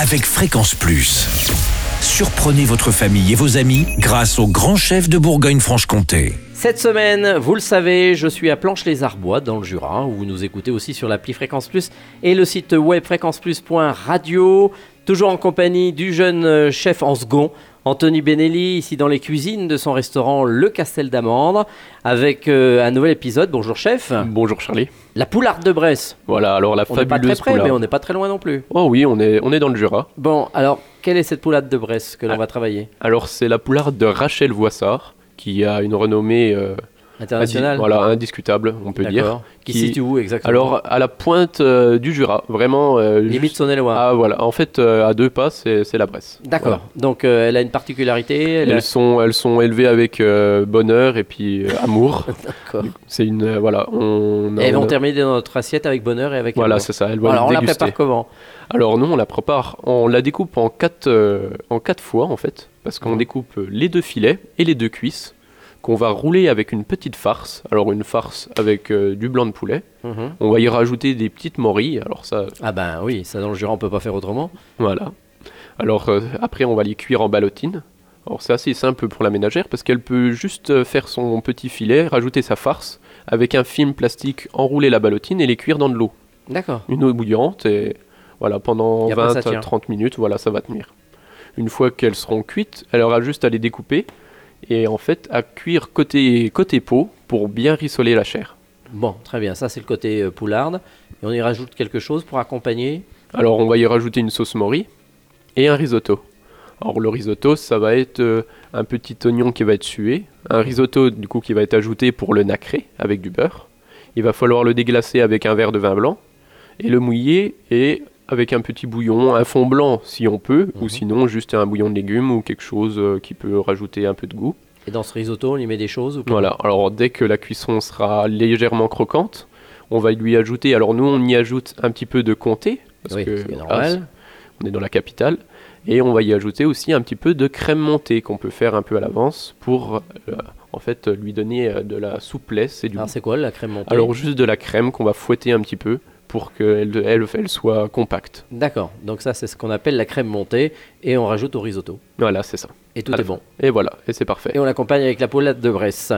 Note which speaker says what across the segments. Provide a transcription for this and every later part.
Speaker 1: avec Fréquence Plus. Surprenez votre famille et vos amis grâce au grand chef de Bourgogne-Franche-Comté.
Speaker 2: Cette semaine, vous le savez, je suis à Planche-les-Arbois dans le Jura, où vous nous écoutez aussi sur l'appli Fréquence Plus et le site web fréquenceplus.radio. Toujours en compagnie du jeune euh, chef en second, Anthony Benelli, ici dans les cuisines de son restaurant Le Castel d'Amandre, avec euh, un nouvel épisode. Bonjour chef.
Speaker 3: Ah. Bonjour Charlie.
Speaker 2: La poularde de Bresse.
Speaker 3: Voilà, alors la
Speaker 2: On n'est
Speaker 3: fabuleuse
Speaker 2: pas très près,
Speaker 3: poularde.
Speaker 2: mais on n'est pas très loin non plus.
Speaker 3: Oh oui, on est, on est dans le Jura.
Speaker 2: Bon, alors, quelle est cette poularde de Bresse que l'on
Speaker 3: Ah.
Speaker 2: va travailler
Speaker 3: Alors c'est la poularde de Rachel Voissard, qui a une renommée euh,
Speaker 2: Internationale
Speaker 3: indi- voilà, indiscutable, on peut dire.
Speaker 2: D'accord. Qui,
Speaker 3: Qui-
Speaker 2: se situe où exactement
Speaker 3: Alors à la pointe euh, du Jura, vraiment. euh,
Speaker 2: limite
Speaker 3: juste-
Speaker 2: Saône-et-Loire.
Speaker 3: Ah voilà, en fait euh, à deux pas, c'est c'est la Bresse.
Speaker 2: D'accord.
Speaker 3: Voilà.
Speaker 2: Donc euh, elle a une particularité. Elle a-
Speaker 3: Elles sont, elles sont élevées avec euh, bonheur et puis euh, amour.
Speaker 2: D'accord.
Speaker 3: C'est une euh, voilà. On,
Speaker 2: Et elles
Speaker 3: on-
Speaker 2: vont terminer dans notre assiette avec bonheur et avec.
Speaker 3: Voilà,
Speaker 2: amour.
Speaker 3: c'est ça. Elles vont
Speaker 2: Alors on
Speaker 3: être
Speaker 2: la
Speaker 3: dégustées.
Speaker 2: prépare comment
Speaker 3: Alors nous, on la prépare, on la découpe en quatre, euh, en quatre fois en fait, parce qu'on découpe euh, les deux filets et les deux cuisses, qu'on va rouler avec une petite farce. Alors une farce avec euh, du blanc de poulet.
Speaker 2: Mhm.
Speaker 3: On va y rajouter des petites morilles. Alors ça,
Speaker 2: Ah ben oui, ça dans le Jura on peut pas faire autrement.
Speaker 3: voilà. Alors euh, après, on va les cuire en ballotine. Alors c'est assez simple pour la ménagère parce qu'elle peut juste euh, faire son petit filet, rajouter sa farce avec un film plastique, enrouler la ballotine et les cuire dans de l'eau,
Speaker 2: D'accord.
Speaker 3: une eau bouillante et voilà pendant
Speaker 2: Et après, ça tient.
Speaker 3: 20-30 minutes, voilà ça va tenir. Une fois qu'elles seront cuites, elle aura juste à les découper et en fait à cuire côté côté peau pour bien rissoler la chair.
Speaker 2: Bon, très bien. Ça c'est le côté euh, poularde. Et on y rajoute quelque chose pour accompagner.
Speaker 3: Alors on va y rajouter une sauce mori et un risotto. Alors le risotto, ça va être euh, un petit oignon qui va être sué, un risotto du coup qui va être ajouté pour le nacrer avec du beurre. Il va falloir le déglacer avec un verre de vin blanc et le mouiller et avec un petit bouillon, un fond blanc si on peut, ou
Speaker 2: Mhm.
Speaker 3: sinon juste un bouillon de légumes ou quelque chose euh, qui peut rajouter un peu de goût.
Speaker 2: Et dans ce risotto on y met des choses ou pas
Speaker 3: Voilà, alors dès que la cuisson sera légèrement croquante, on va lui ajouter, alors nous on y ajoute un petit peu de comté, parce
Speaker 2: Oui,
Speaker 3: que
Speaker 2: c'est
Speaker 3: voilà,
Speaker 2: normal.
Speaker 3: on est dans la capitale, et on va y ajouter aussi un petit peu de crème montée qu'on peut faire un peu à l'avance pour euh, en fait lui donner euh, de la souplesse et du
Speaker 2: Alors
Speaker 3: goût.
Speaker 2: Ah, c'est quoi la crème montée
Speaker 3: Alors juste de la crème qu'on va fouetter un petit peu pour qu'elle elle, elle soit compacte.
Speaker 2: D'accord. Donc ça c'est ce qu'on appelle la crème montée et on rajoute au risotto.
Speaker 3: Voilà, c'est ça.
Speaker 2: Et tout
Speaker 3: À la
Speaker 2: est bon.
Speaker 3: Et voilà, et c'est parfait.
Speaker 2: Et on l'accompagne avec la poulette de Bresse.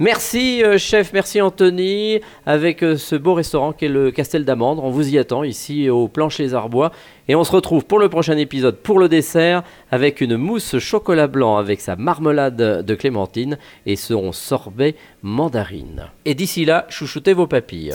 Speaker 2: Merci euh, chef, merci Anthony, avec euh, ce beau restaurant qu'est le Castel d'Amandre. On vous y attend ici au Plancher les Arbois. Et on se retrouve pour le prochain épisode, pour le dessert, avec une mousse chocolat blanc, avec sa marmelade de clémentine et son sorbet mandarine. Et d'ici là, chouchoutez vos papilles.